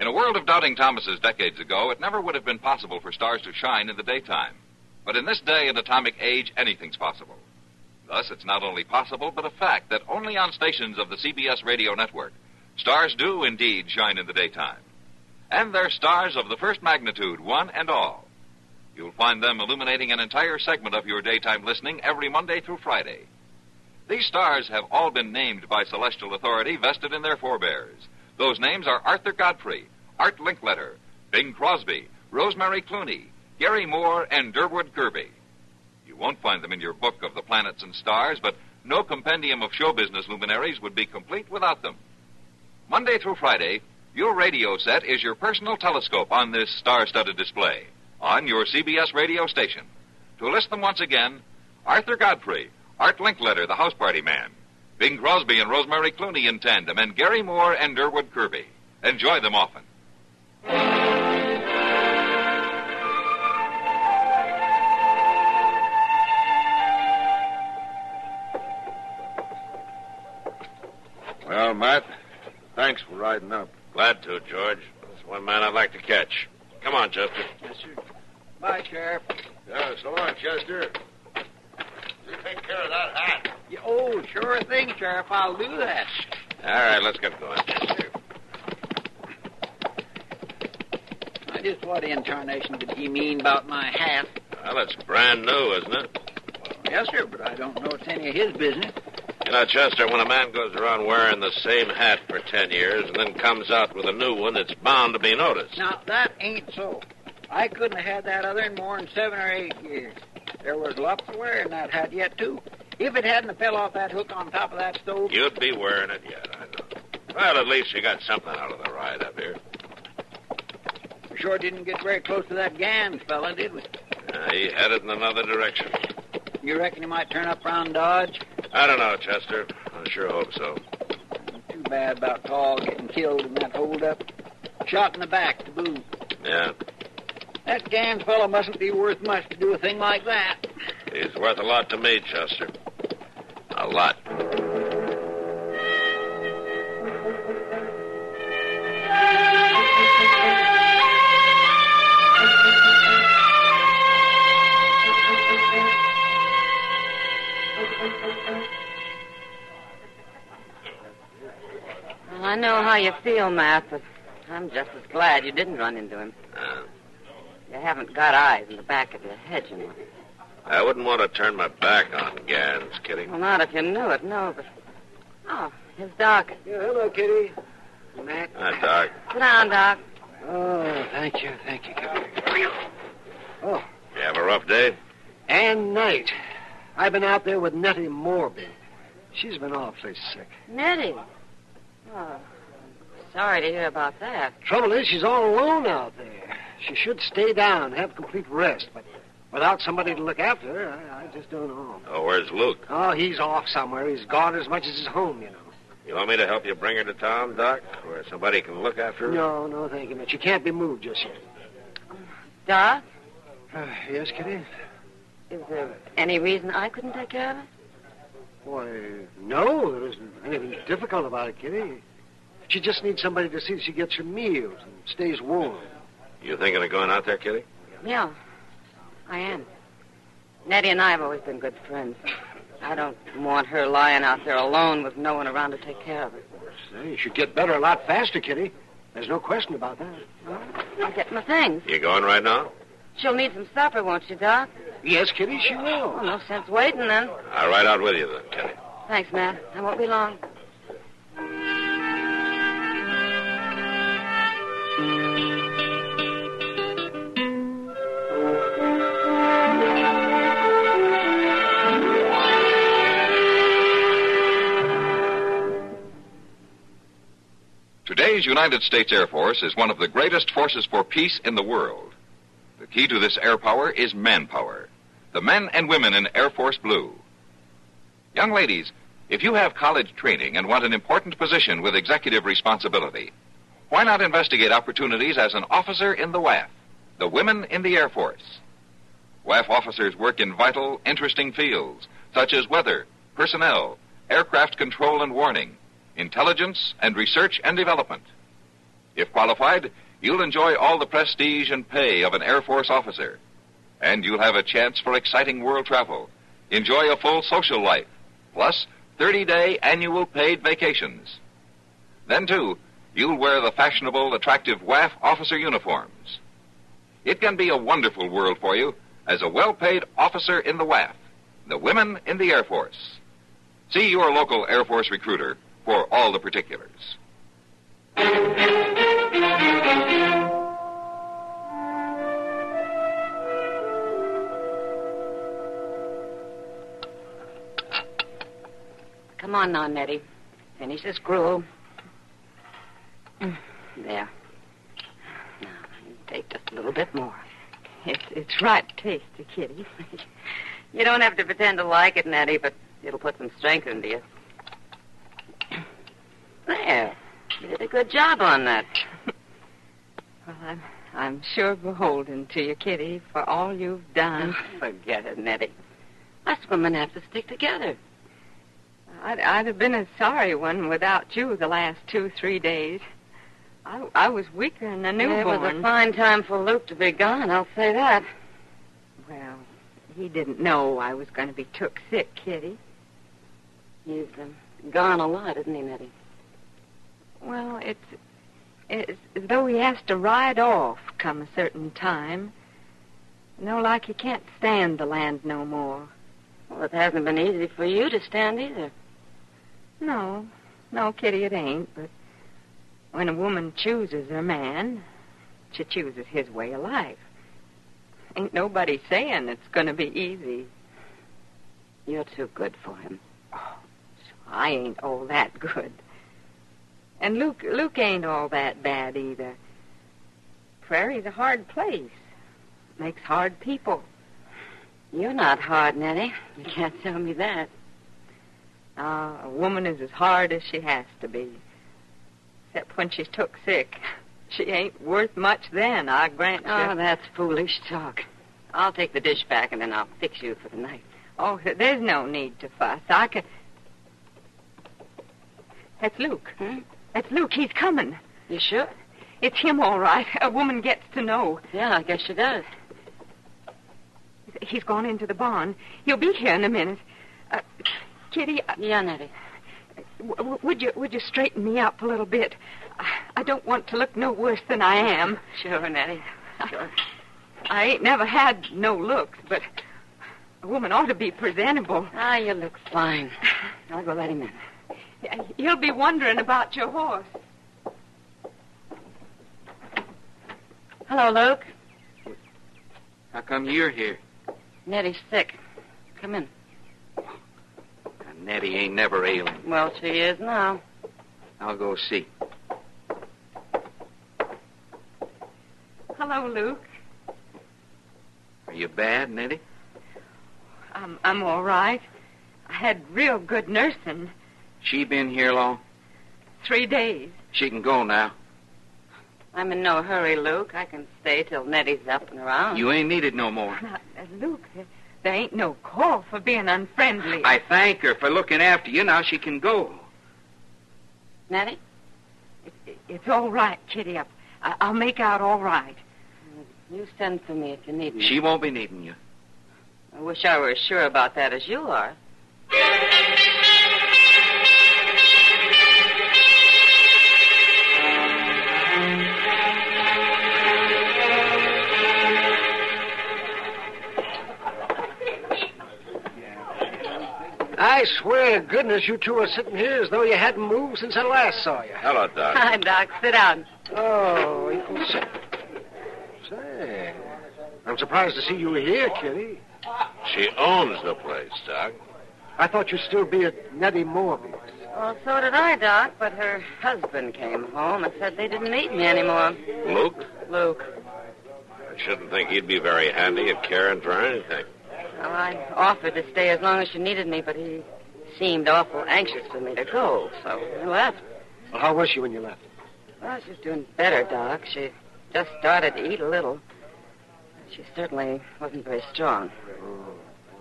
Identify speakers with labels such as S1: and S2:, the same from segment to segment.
S1: In a world of doubting Thomases decades ago, it never would have been possible for stars to shine in the daytime. But in this day and atomic age, anything's possible. Thus, it's not only possible, but a fact that only on stations of the CBS radio network, stars do indeed shine in the daytime. And they're stars of the first magnitude, one and all. You'll find them illuminating an entire segment of your daytime listening every Monday through Friday. These stars have all been named by celestial authority vested in their forebears. Those names are Arthur Godfrey, Art Linkletter, Bing Crosby, Rosemary Clooney, Gary Moore, and Durwood Kirby. You won't find them in your book of the planets and stars, but no compendium of show business luminaries would be complete without them. Monday through Friday, your radio set is your personal telescope on this star studded display on your CBS radio station. To list them once again, Arthur Godfrey, Art Linkletter, the house party man, Bing Crosby and Rosemary Clooney in tandem, and Gary Moore and Durwood Kirby. Enjoy them often.
S2: Well, Matt, thanks for riding up.
S3: Glad to, George. There's one man I'd like to catch. Come on, Chester.
S4: Yes, sir. Bye, Sheriff.
S2: Yeah, so long, Chester.
S3: You take care of that hat.
S4: Yeah, oh, sure thing, Sheriff. I'll do that.
S3: All right, let's get going, Chester.
S4: Now, just what in tarnation did he mean about my hat?
S3: Well, it's brand new, isn't it?
S4: Yes, sir, but I don't know it's any of his business.
S3: You know, Chester, when a man goes around wearing the same hat for ten years and then comes out with a new one, it's bound to be noticed.
S4: Now, that ain't so. I couldn't have had that other in more than seven or eight years. There was lots of wear in that hat yet, too. If it hadn't fell off that hook on top of that stove,
S3: You'd be wearing it yet, I know. Well, at least you got something out of the ride up here.
S4: we sure didn't get very close to that Gans fella, did we?
S3: Uh, he headed in another direction.
S4: You reckon he might turn up round Dodge?
S3: I don't know, Chester. I sure hope so.
S4: Too bad about Tall getting killed in that holdup. Shot in the back to boot.
S3: Yeah,
S4: That Gans fellow mustn't be worth much to do a thing like that.
S3: he's worth a lot to me, Chester. A lot.
S5: Well, I know how you feel, Matt, but I'm just as glad you didn't run into him.
S3: Uh,
S5: You haven't got eyes in the back of your head, you know.
S3: I wouldn't want to turn my back on Gans, Kitty.
S5: Well, not if you knew it, no, but. Oh, it's Doc.
S4: Yeah, hello, Kitty. Matt.
S3: Uh, Doc.
S5: Sit down, Doc.
S4: Oh, thank you, thank you, Kitty. Oh,
S3: You have a rough day?
S4: and night. I've been out there with Nettie Morby. She's been awfully sick.
S5: Nettie. Oh, sorry to hear about that.
S4: Trouble is, she's all alone out there. She should stay down, have complete rest, but without somebody to look after her, I, I just don't know.
S3: Oh, where's Luke?
S4: Oh, he's off somewhere. He's gone as much as his home, you know.
S3: You want me to help you bring her to town, Doc? Where somebody can look after her?
S4: No, no, thank you, but she can't be moved just yet.
S5: Doc,
S4: Uh, yes, Kitty?
S5: is there any reason I couldn't take care of it?
S4: Why, no, there isn't anything difficult about it, Kitty. She just needs somebody to see she gets her meals and stays warm.
S3: You thinking of going out there, Kitty?
S5: Yeah, I am. Nettie and I have always been good friends. I don't want her lying out there alone with no one around to take care of her.
S4: Say, she should get better a lot faster, Kitty.
S6: There's no question about that.
S5: Well, I'll get my things.
S3: You going right now?
S5: She'll need some supper, won't she, Doc?
S6: Yes, Kitty, she will.
S5: Oh, no sense waiting then.
S3: I'll ride out with you then, Kenny.
S5: Thanks, Matt. I won't be long.
S1: Today's United States Air Force is one of the greatest forces for peace in the world. The key to this air power is manpower. The men and women in Air Force Blue. Young ladies, if you have college training and want an important position with executive responsibility, why not investigate opportunities as an officer in the WAF, the Women in the Air Force? WAF officers work in vital, interesting fields such as weather, personnel, aircraft control and warning, intelligence, and research and development. If qualified, you'll enjoy all the prestige and pay of an Air Force officer. And you'll have a chance for exciting world travel, enjoy a full social life, plus 30 day annual paid vacations. Then, too, you'll wear the fashionable, attractive WAF officer uniforms. It can be a wonderful world for you as a well paid officer in the WAF, the women in the Air Force. See your local Air Force recruiter for all the particulars.
S5: Come on now, Nettie. Finish this gruel. Mm, There. Now, you take just a little bit more. It's, it's right tasty, Kitty. you don't have to pretend to like it, Nettie, but it'll put some strength into you. There. You did a good job on that. well, I'm, I'm sure beholden to you, Kitty, for all you've done. Forget it, Nettie. Us women have to stick together.
S7: I'd, I'd have been a sorry one without you the last two, three days. I, I was weaker than a
S5: It
S7: newborn.
S5: was a fine time for Luke to be gone, I'll say that.
S7: Well, he didn't know I was going to be took sick, Kitty.
S5: He's um, gone a lot, isn't he, Nettie?
S7: Well, it's, it's as though he has to ride off come a certain time. No, like he can't stand the land no more.
S5: Well, it hasn't been easy for you to stand either.
S7: No, no, Kitty, it ain't. But when a woman chooses her man, she chooses his way of life. Ain't nobody saying it's going to be easy.
S5: You're too good for him.
S7: I ain't all that good. And Luke, Luke ain't all that bad either. Prairie's a hard place. Makes hard people.
S5: You're not hard, Nettie. You can't tell me that.
S7: Uh, a woman is as hard as she has to be. Except when she's took sick. She ain't worth much then, I grant you.
S5: Oh, that's foolish talk. I'll take the dish back and then I'll fix you for the night.
S7: Oh, there's no need to fuss. I can. That's Luke.
S5: Hmm?
S7: That's Luke. He's coming.
S5: You sure?
S7: It's him, all right. A woman gets to know.
S5: Yeah, I guess she does.
S7: He's gone into the barn. He'll be here in a minute. Uh, Kitty, uh,
S5: Yeah, Nettie.
S7: w- w- would you would you straighten me up a little bit? I- I don't want to look no worse than I am.
S5: Sure, Nettie. Sure.
S7: I ain't never had no looks, but a woman ought to be presentable.
S5: Ah, you look fine. I'll go let him in.
S7: He'll be wondering about your horse.
S5: Hello, Luke.
S6: How come you're here?
S5: Nettie's sick. Come in.
S6: Now, Nettie ain't never ailing.
S5: Well, she is now.
S6: I'll go see.
S7: Hello, Luke.
S6: Are you bad, Nettie?
S7: I'm I'm all right. I had real good nursing.
S6: She been here long?
S7: Three days.
S6: She can go now.
S5: I'm in no hurry, Luke. I can stay till Nettie's up and around.
S6: You ain't needed no more.
S7: Now, uh, Luke, there, there ain't no call for being unfriendly.
S6: I thank her for looking after you. Now she can go.
S5: Nettie?
S7: It- It's all right, Kitty. I, I- I'll make out all right.
S5: You send for me if you need me.
S6: She won't be needing you.
S5: I wish I were as sure about that as you are.
S4: I swear to goodness you two are sitting here as though you hadn't moved since I last saw you.
S2: Hello, Doc.
S5: Hi, Doc. Sit down.
S4: Oh, you can sit. Say, I'm surprised to see you here, Kitty.
S3: She owns the place, Doc.
S4: I thought you'd still be at Nettie Morby's.
S5: Well, so did I, Doc, but her husband came home and said they didn't need me anymore.
S3: Luke?
S5: Luke.
S3: I shouldn't think he'd be very handy if caring for anything.
S5: Well, I offered to stay as long as she needed me, but he seemed awful anxious for me to go, so I left.
S4: Well, how was she when you left?
S5: Well, she's doing better, Doc. She just started to eat a little. She certainly wasn't very strong.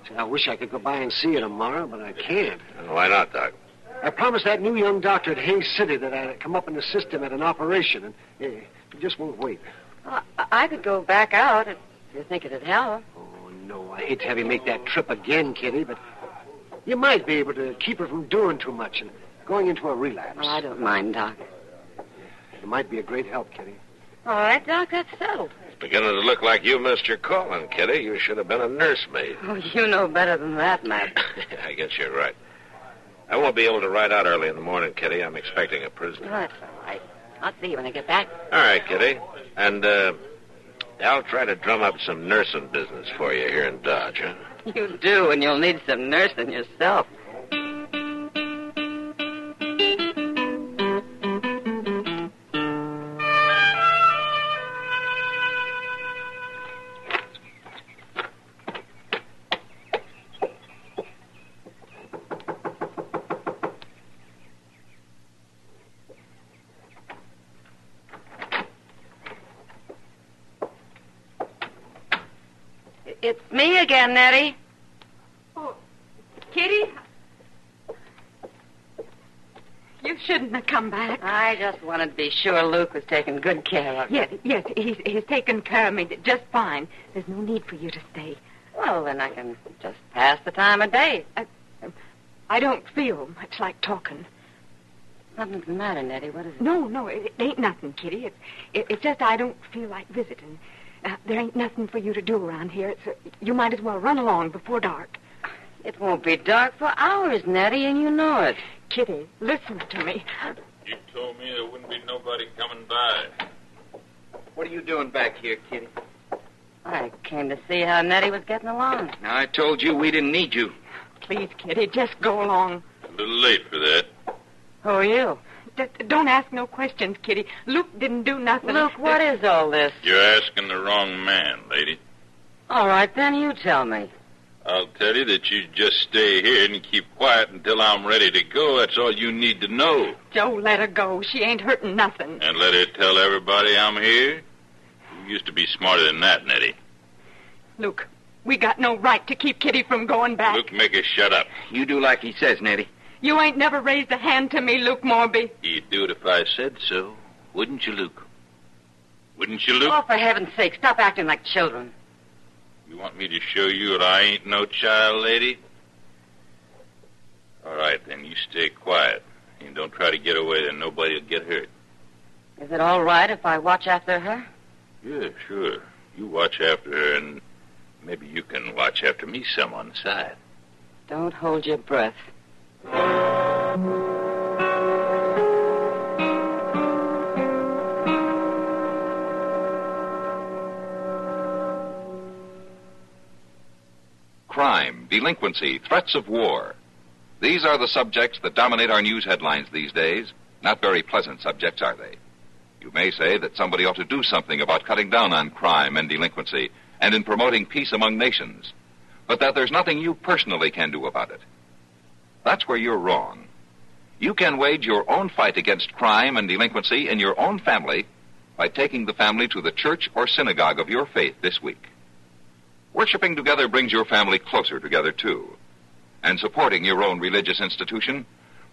S4: See, I wish I could go by and see you tomorrow, but I can't.
S3: Why not, Doc?
S4: I promised that new young doctor at Hayes City that I'd come up and assist him at an operation, and eh, he just won't wait.
S5: Well, I-, I could go back out if you think it'd help.
S4: Oh, no, I hate to have you make that trip again, Kitty, but you might be able to keep her from doing too much and going into a relapse.
S5: Well, I don't mind, Doc.
S4: It might be a great help, Kitty.
S5: All right, Doc, that's settled.
S3: It's beginning to look like you missed your calling, Kitty. You should have been a nursemaid.
S5: Oh, you know better than that, Matt.
S3: I guess you're right. I won't be able to ride out early in the morning, Kitty. I'm expecting a
S5: No,
S3: prisoner.
S5: that's all right. I'll see you when I get back.
S3: All right, Kitty. And, uh, I'll try to drum up some nursing business for you here in Dodge, huh?
S5: You do, and you'll need some nursing yourself. It's me again, Nettie.
S7: Kitty? You shouldn't have come back.
S5: I just wanted to be sure Luke was taken good care of.
S7: Yes, yes, he's, he's taken care of me just fine. There's no need for you to stay.
S5: Well, then I can just pass the time of day.
S7: I don't feel much like talking.
S5: Nothing's the matter, Nettie. What is it?
S7: No, no, it, it ain't nothing, Kitty. It's, it, it's just I don't feel like visiting. Uh, there ain't nothing for you to do around here. It's, uh, you might as well run along before dark.
S5: It won't be dark for hours, Nettie, and you know it.
S7: Kitty, listen to me.
S8: You told me there wouldn't be nobody coming by.
S6: What are you doing back here, Kitty?
S5: I came to see how Nettie was getting along.
S6: Now, I told you we didn't need you.
S7: Please, Kitty, just go along.
S8: A little late for that.
S5: Who are you?
S7: Just don't ask no questions, Kitty. Luke didn't do nothing.
S5: Luke, what is all this?
S8: You're asking the wrong man, lady.
S5: All right, then you tell me.
S8: I'll tell you that you just stay here and keep quiet until I'm ready to go. That's all you need to know.
S7: Uh, Joe, let her go. She ain't hurting nothing.
S8: And let her tell everybody I'm here. You used to be smarter than that, Nettie.
S7: Luke, we got no right to keep Kitty from going back.
S8: Luke, make her shut up.
S6: You do like he says, Nettie.
S7: You ain't never raised a hand to me, Luke Morby.
S8: You'd do it if I said so, wouldn't you, Luke? Wouldn't you, Luke?
S5: Oh, for heaven's sake, stop acting like children.
S8: You want me to show you that I ain't no child, lady? All right, then you stay quiet and don't try to get away. Then nobody'll get hurt.
S5: Is it all right if I watch after her?
S8: Yeah, sure. You watch after her, and maybe you can watch after me some on the side.
S5: Don't hold your breath.
S1: crime, delinquency, threats of war. These are the subjects that dominate our news headlines these days. Not very pleasant subjects, are they? You may say that somebody ought to do something about cutting down on crime and delinquency and in promoting peace among nations, but that there's nothing you personally can do about it. That's where you're wrong. You can wage your own fight against crime and delinquency in your own family by taking the family to the church or synagogue of your faith this week. Worshipping together brings your family closer together, too. And supporting your own religious institution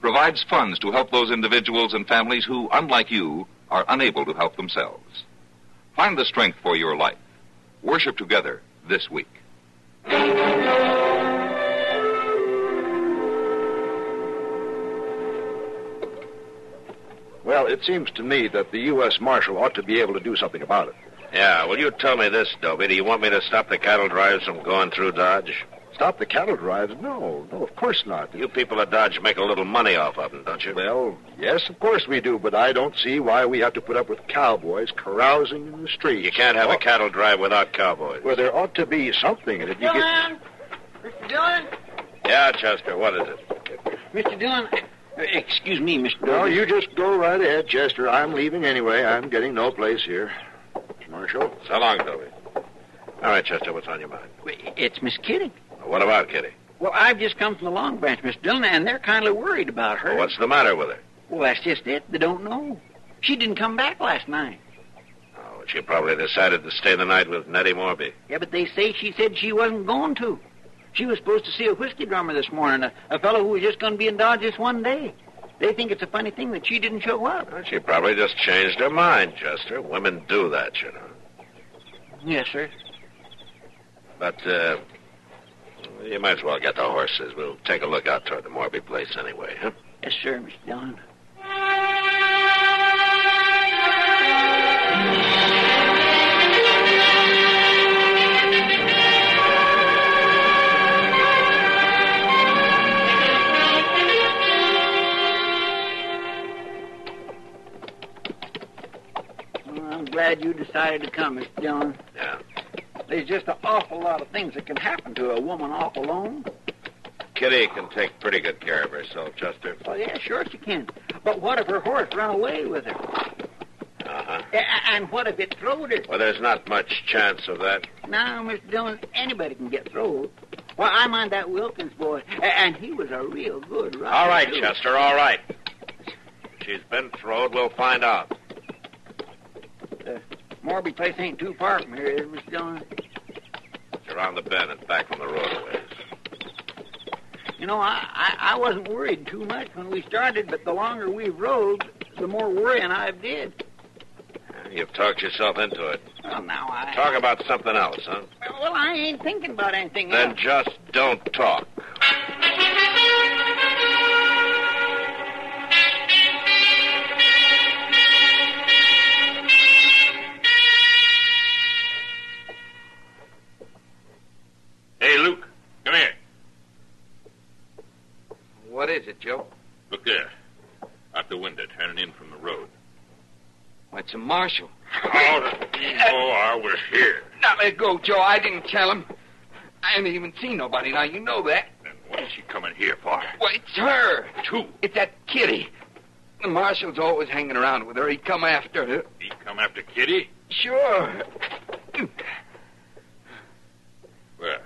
S1: provides funds to help those individuals and families who, unlike you, are unable to help themselves. Find the strength for your life. Worship together this week.
S3: Well, it seems to me that the U.S. Marshal ought to be able to do something about it. Yeah, will you tell me this, Dobie? Do you want me to stop the cattle drives from going through Dodge?
S4: Stop the cattle drives? No, no, of course not.
S9: You people at Dodge make a little money off of them, don't you?
S4: Well, yes, of course we do, but I don't see why we have to put up with cowboys carousing in the streets.
S9: You can't have a cattle drive without cowboys.
S4: Well, there ought to be something in it. You get...
S10: Dillon! Mr. Dillon!
S9: Yeah, Chester, what is it?
S10: Mr. Dillon! uh, Excuse me, Mr. Dillon.
S4: No, you just go right ahead, Chester. I'm leaving anyway. I'm getting no place here. Marshal?
S9: So long, Toby. All right, Chester, what's on your mind?
S10: It's Miss Kitty.
S9: What about Kitty?
S10: Well, I've just come from the Long Branch, Mr. Dillon, and they're kindly worried about
S4: Oh,
S10: her.
S9: What's the matter with her?
S10: Well, that's just it. They don't know. She didn't come back last night.
S9: Oh, she probably decided to stay the night with Nettie Morby.
S10: Yeah, but they say she said she wasn't going to. She was supposed to see a whiskey drummer this morning, a, a fellow who was just going to be in Dodge this one day. They think it's a funny thing that she didn't show up.
S9: Well, she probably just changed her mind, Chester. Women do that, you know.
S10: Yes, sir.
S9: But, uh, you might as well get the horses. We'll take a look out toward the Morby place anyway, huh?
S10: Yes, sir, Mr. Dillon. Well, I'm glad you decided to come, Mr. Dillon.
S9: Yeah.
S10: There's just an awful lot of things that can happen to a woman off alone.
S9: Kitty can take pretty good care of herself, Chester.
S10: Well, yeah, sure she can. But what if her horse ran away with her?
S9: Uh-huh.
S10: A- a- And what if it throwed her?
S9: Well, there's not much chance of that.
S10: Now, Mr. Dillon, anybody can get throwed. Well, I mind that Wilkins boy, a- and he was a real good rider.
S9: All right,
S10: too.
S9: Chester, all right. She's been throwed. We'll find out.
S10: Morby Place ain't too far from here, is it, Mr. Dillon?
S9: It's around the bend and back from the roadways.
S10: You know, I, I, I wasn't worried too much when we started, but the longer we rode, the more worrying I did.
S9: You've talked yourself into it.
S10: Well, now I...
S9: Talk about something else, huh?
S10: Well, I ain't thinking about anything
S9: Then
S10: else.
S9: just don't talk.
S3: Hey, Luke, come here.
S1: What is it, Joe?
S3: Look there. Out the window, turning in from the road.
S1: Why, it's a marshal.
S3: How the P.O.R. was here.
S1: Now let go, Joe. I didn't tell him. I haven't even seen nobody. Now you know that.
S3: Then what is she coming here for?
S1: Well, it's her.
S3: Two.
S1: It's that kitty. The marshal's always hanging around with her. He'd come after her.
S3: He come after Kitty?
S1: Sure.
S3: Well,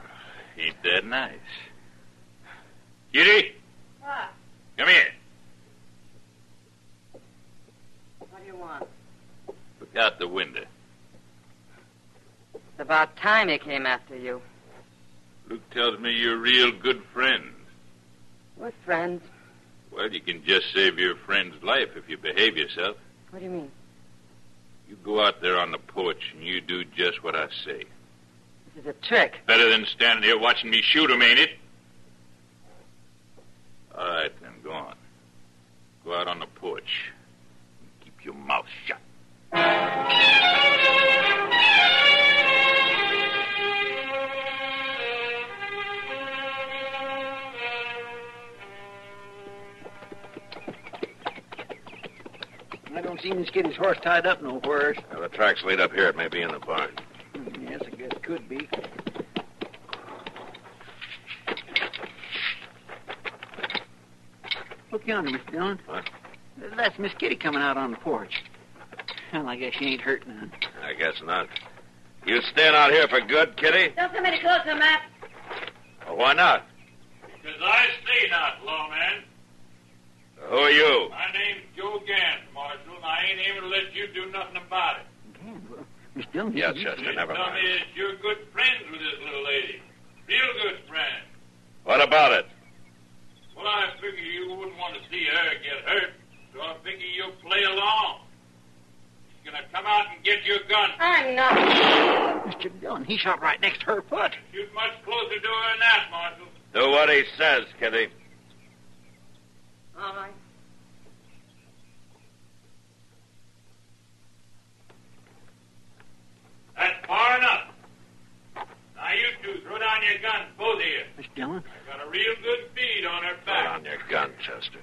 S3: ain't that nice. Kitty?
S5: What?
S3: Come here.
S5: What do you want?
S3: Look out the window.
S5: It's about time he came after you.
S3: Luke tells me you're real good friends.
S5: We're friends.
S3: Well, you can just save your friend's life if you behave yourself.
S5: What do you mean?
S3: You go out there on the porch and you do just what I say.
S5: This is a trick.
S3: Better than standing here watching me shoot him, ain't it? All right, then, go on. Go out on the porch. Keep your mouth shut.
S10: I don't see Miss Kitty's horse tied up nowhere.
S9: Now, the tracks lead up here. It may be in the barn.
S10: Yes, I guess it could be. Look yonder, Mr. Dillon.
S9: What?
S10: That's Miss Kitty coming out on the porch. Well, I guess she ain't hurt none.
S9: I guess not. You staying out here for good, Kitty?
S5: Don't come any closer, Matt.
S9: Well, why not?
S3: Because I stayed out, lawman.
S9: Who are you?
S3: My name's Joe Gans, Marshal, and I ain't even let you do nothing about it.
S10: Miss Dillon,
S9: Yeah,
S10: you-
S9: Chester, never
S3: Tell Mm-hmm. me
S9: mind.
S3: that you're good friends with this little lady. Real good friends.
S9: What about it?
S3: Well, I figure you wouldn't want to see her get hurt, so I figure you'll play along. She's gonna come out and get your gun.
S5: I'm not.
S10: Mr. Dillon, he shot right next to her foot.
S3: Shoot much closer to her than that, Marshal.
S9: Do what he says, Kitty.
S5: All right.
S3: That's far enough. Now you two, throw down your guns, both of you.
S10: Mr.
S11: Dillon?
S3: Got a real good bead on her
S9: Put
S3: back.
S9: on your gun, Chester.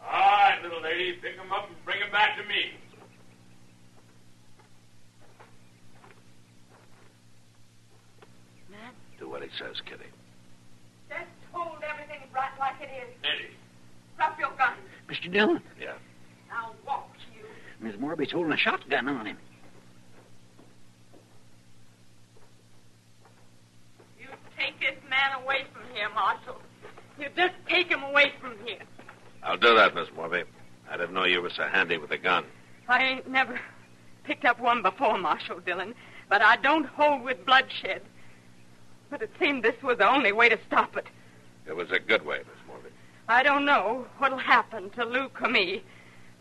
S3: All right, little lady, pick 'em up and bring 'em back to me.
S9: Do what he says, Kitty.
S12: Just hold everything right like it is.
S3: Eddie.
S12: Drop your gun.
S10: Mr. Dillon,
S9: Yeah.
S12: Now walk, you.
S10: Miss Morby's holding a shotgun on him.
S12: You take this man away from here, Marshal. You just take him away from here.
S9: I'll do that, Miss Morby. I didn't know you were so handy with a gun.
S7: I ain't never picked up one before, Marshal Dillon, but I don't hold with bloodshed. But it seemed this was the only way to stop it.
S9: It was a good way, Miss Morby.
S7: I don't know what'll happen to Luke or me,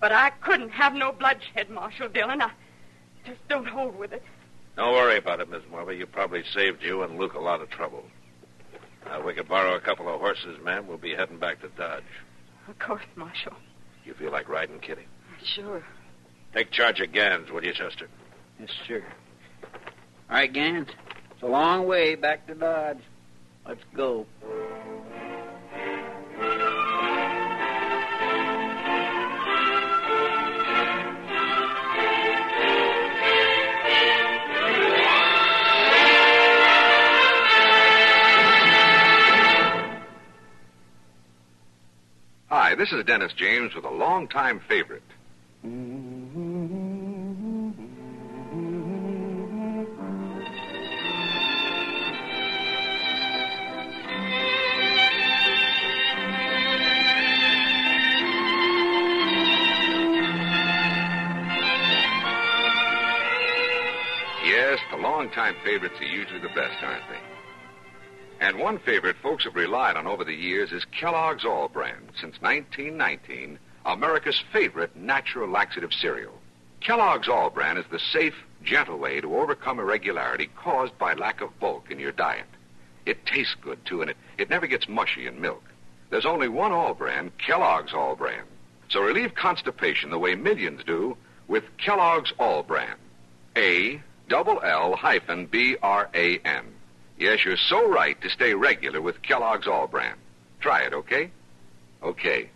S7: but I couldn't have no bloodshed, Marshal Dillon. I just don't hold with it.
S9: Don't worry about it, Miss Morby. You probably saved you and Luke a lot of trouble. Now, if we could borrow a couple of horses, ma'am, we'll be heading back to Dodge.
S7: Of course, Marshal.
S9: You feel like riding, Kitty?
S7: Sure.
S9: Take charge of Gans, will you, Chester?
S10: Yes, sir. All right, Gans. It's a long way back to Dodge. Let's go.
S1: Hi, this is Dennis James with a longtime favorite. Yes, the longtime favorites are usually the best, aren't they? And one favorite folks have relied on over the years is Kellogg's All Brand, since 1919, America's favorite natural laxative cereal. Kellogg's All Brand is the safe, gentle way to overcome irregularity caused by lack of bulk in your diet. It tastes good, too, and it, it never gets mushy in milk. There's only one All Brand, Kellogg's All Brand. So relieve constipation the way millions do with Kellogg's All Brand. A double L hyphen B R A N. Yes, you're so right to stay regular with Kellogg's All Brand. Try it, okay? Okay.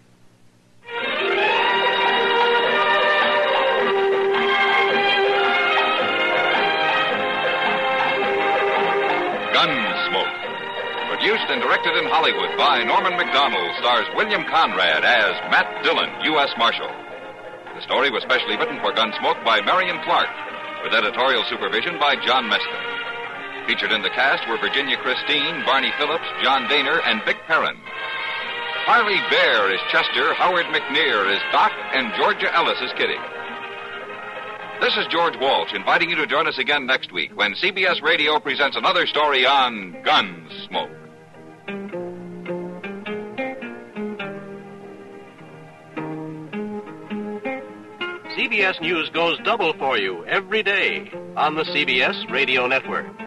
S1: Gunsmoke. Produced and directed in Hollywood by Norman McDonald, stars William Conrad as Matt Dillon, U.S. Marshal. The story was specially written for Gunsmoke by Marion Clark, with editorial supervision by John Meston. Featured in the cast were Virginia Christine, Barney Phillips, John Daner, and Vic Perrin. Harley Bear is Chester, Howard McNear is Doc, and Georgia Ellis is Kitty. This is George Walsh inviting you to join us again next week when CBS Radio presents another story on Gunsmoke.
S13: CBS News goes double for you every day on the CBS Radio Network.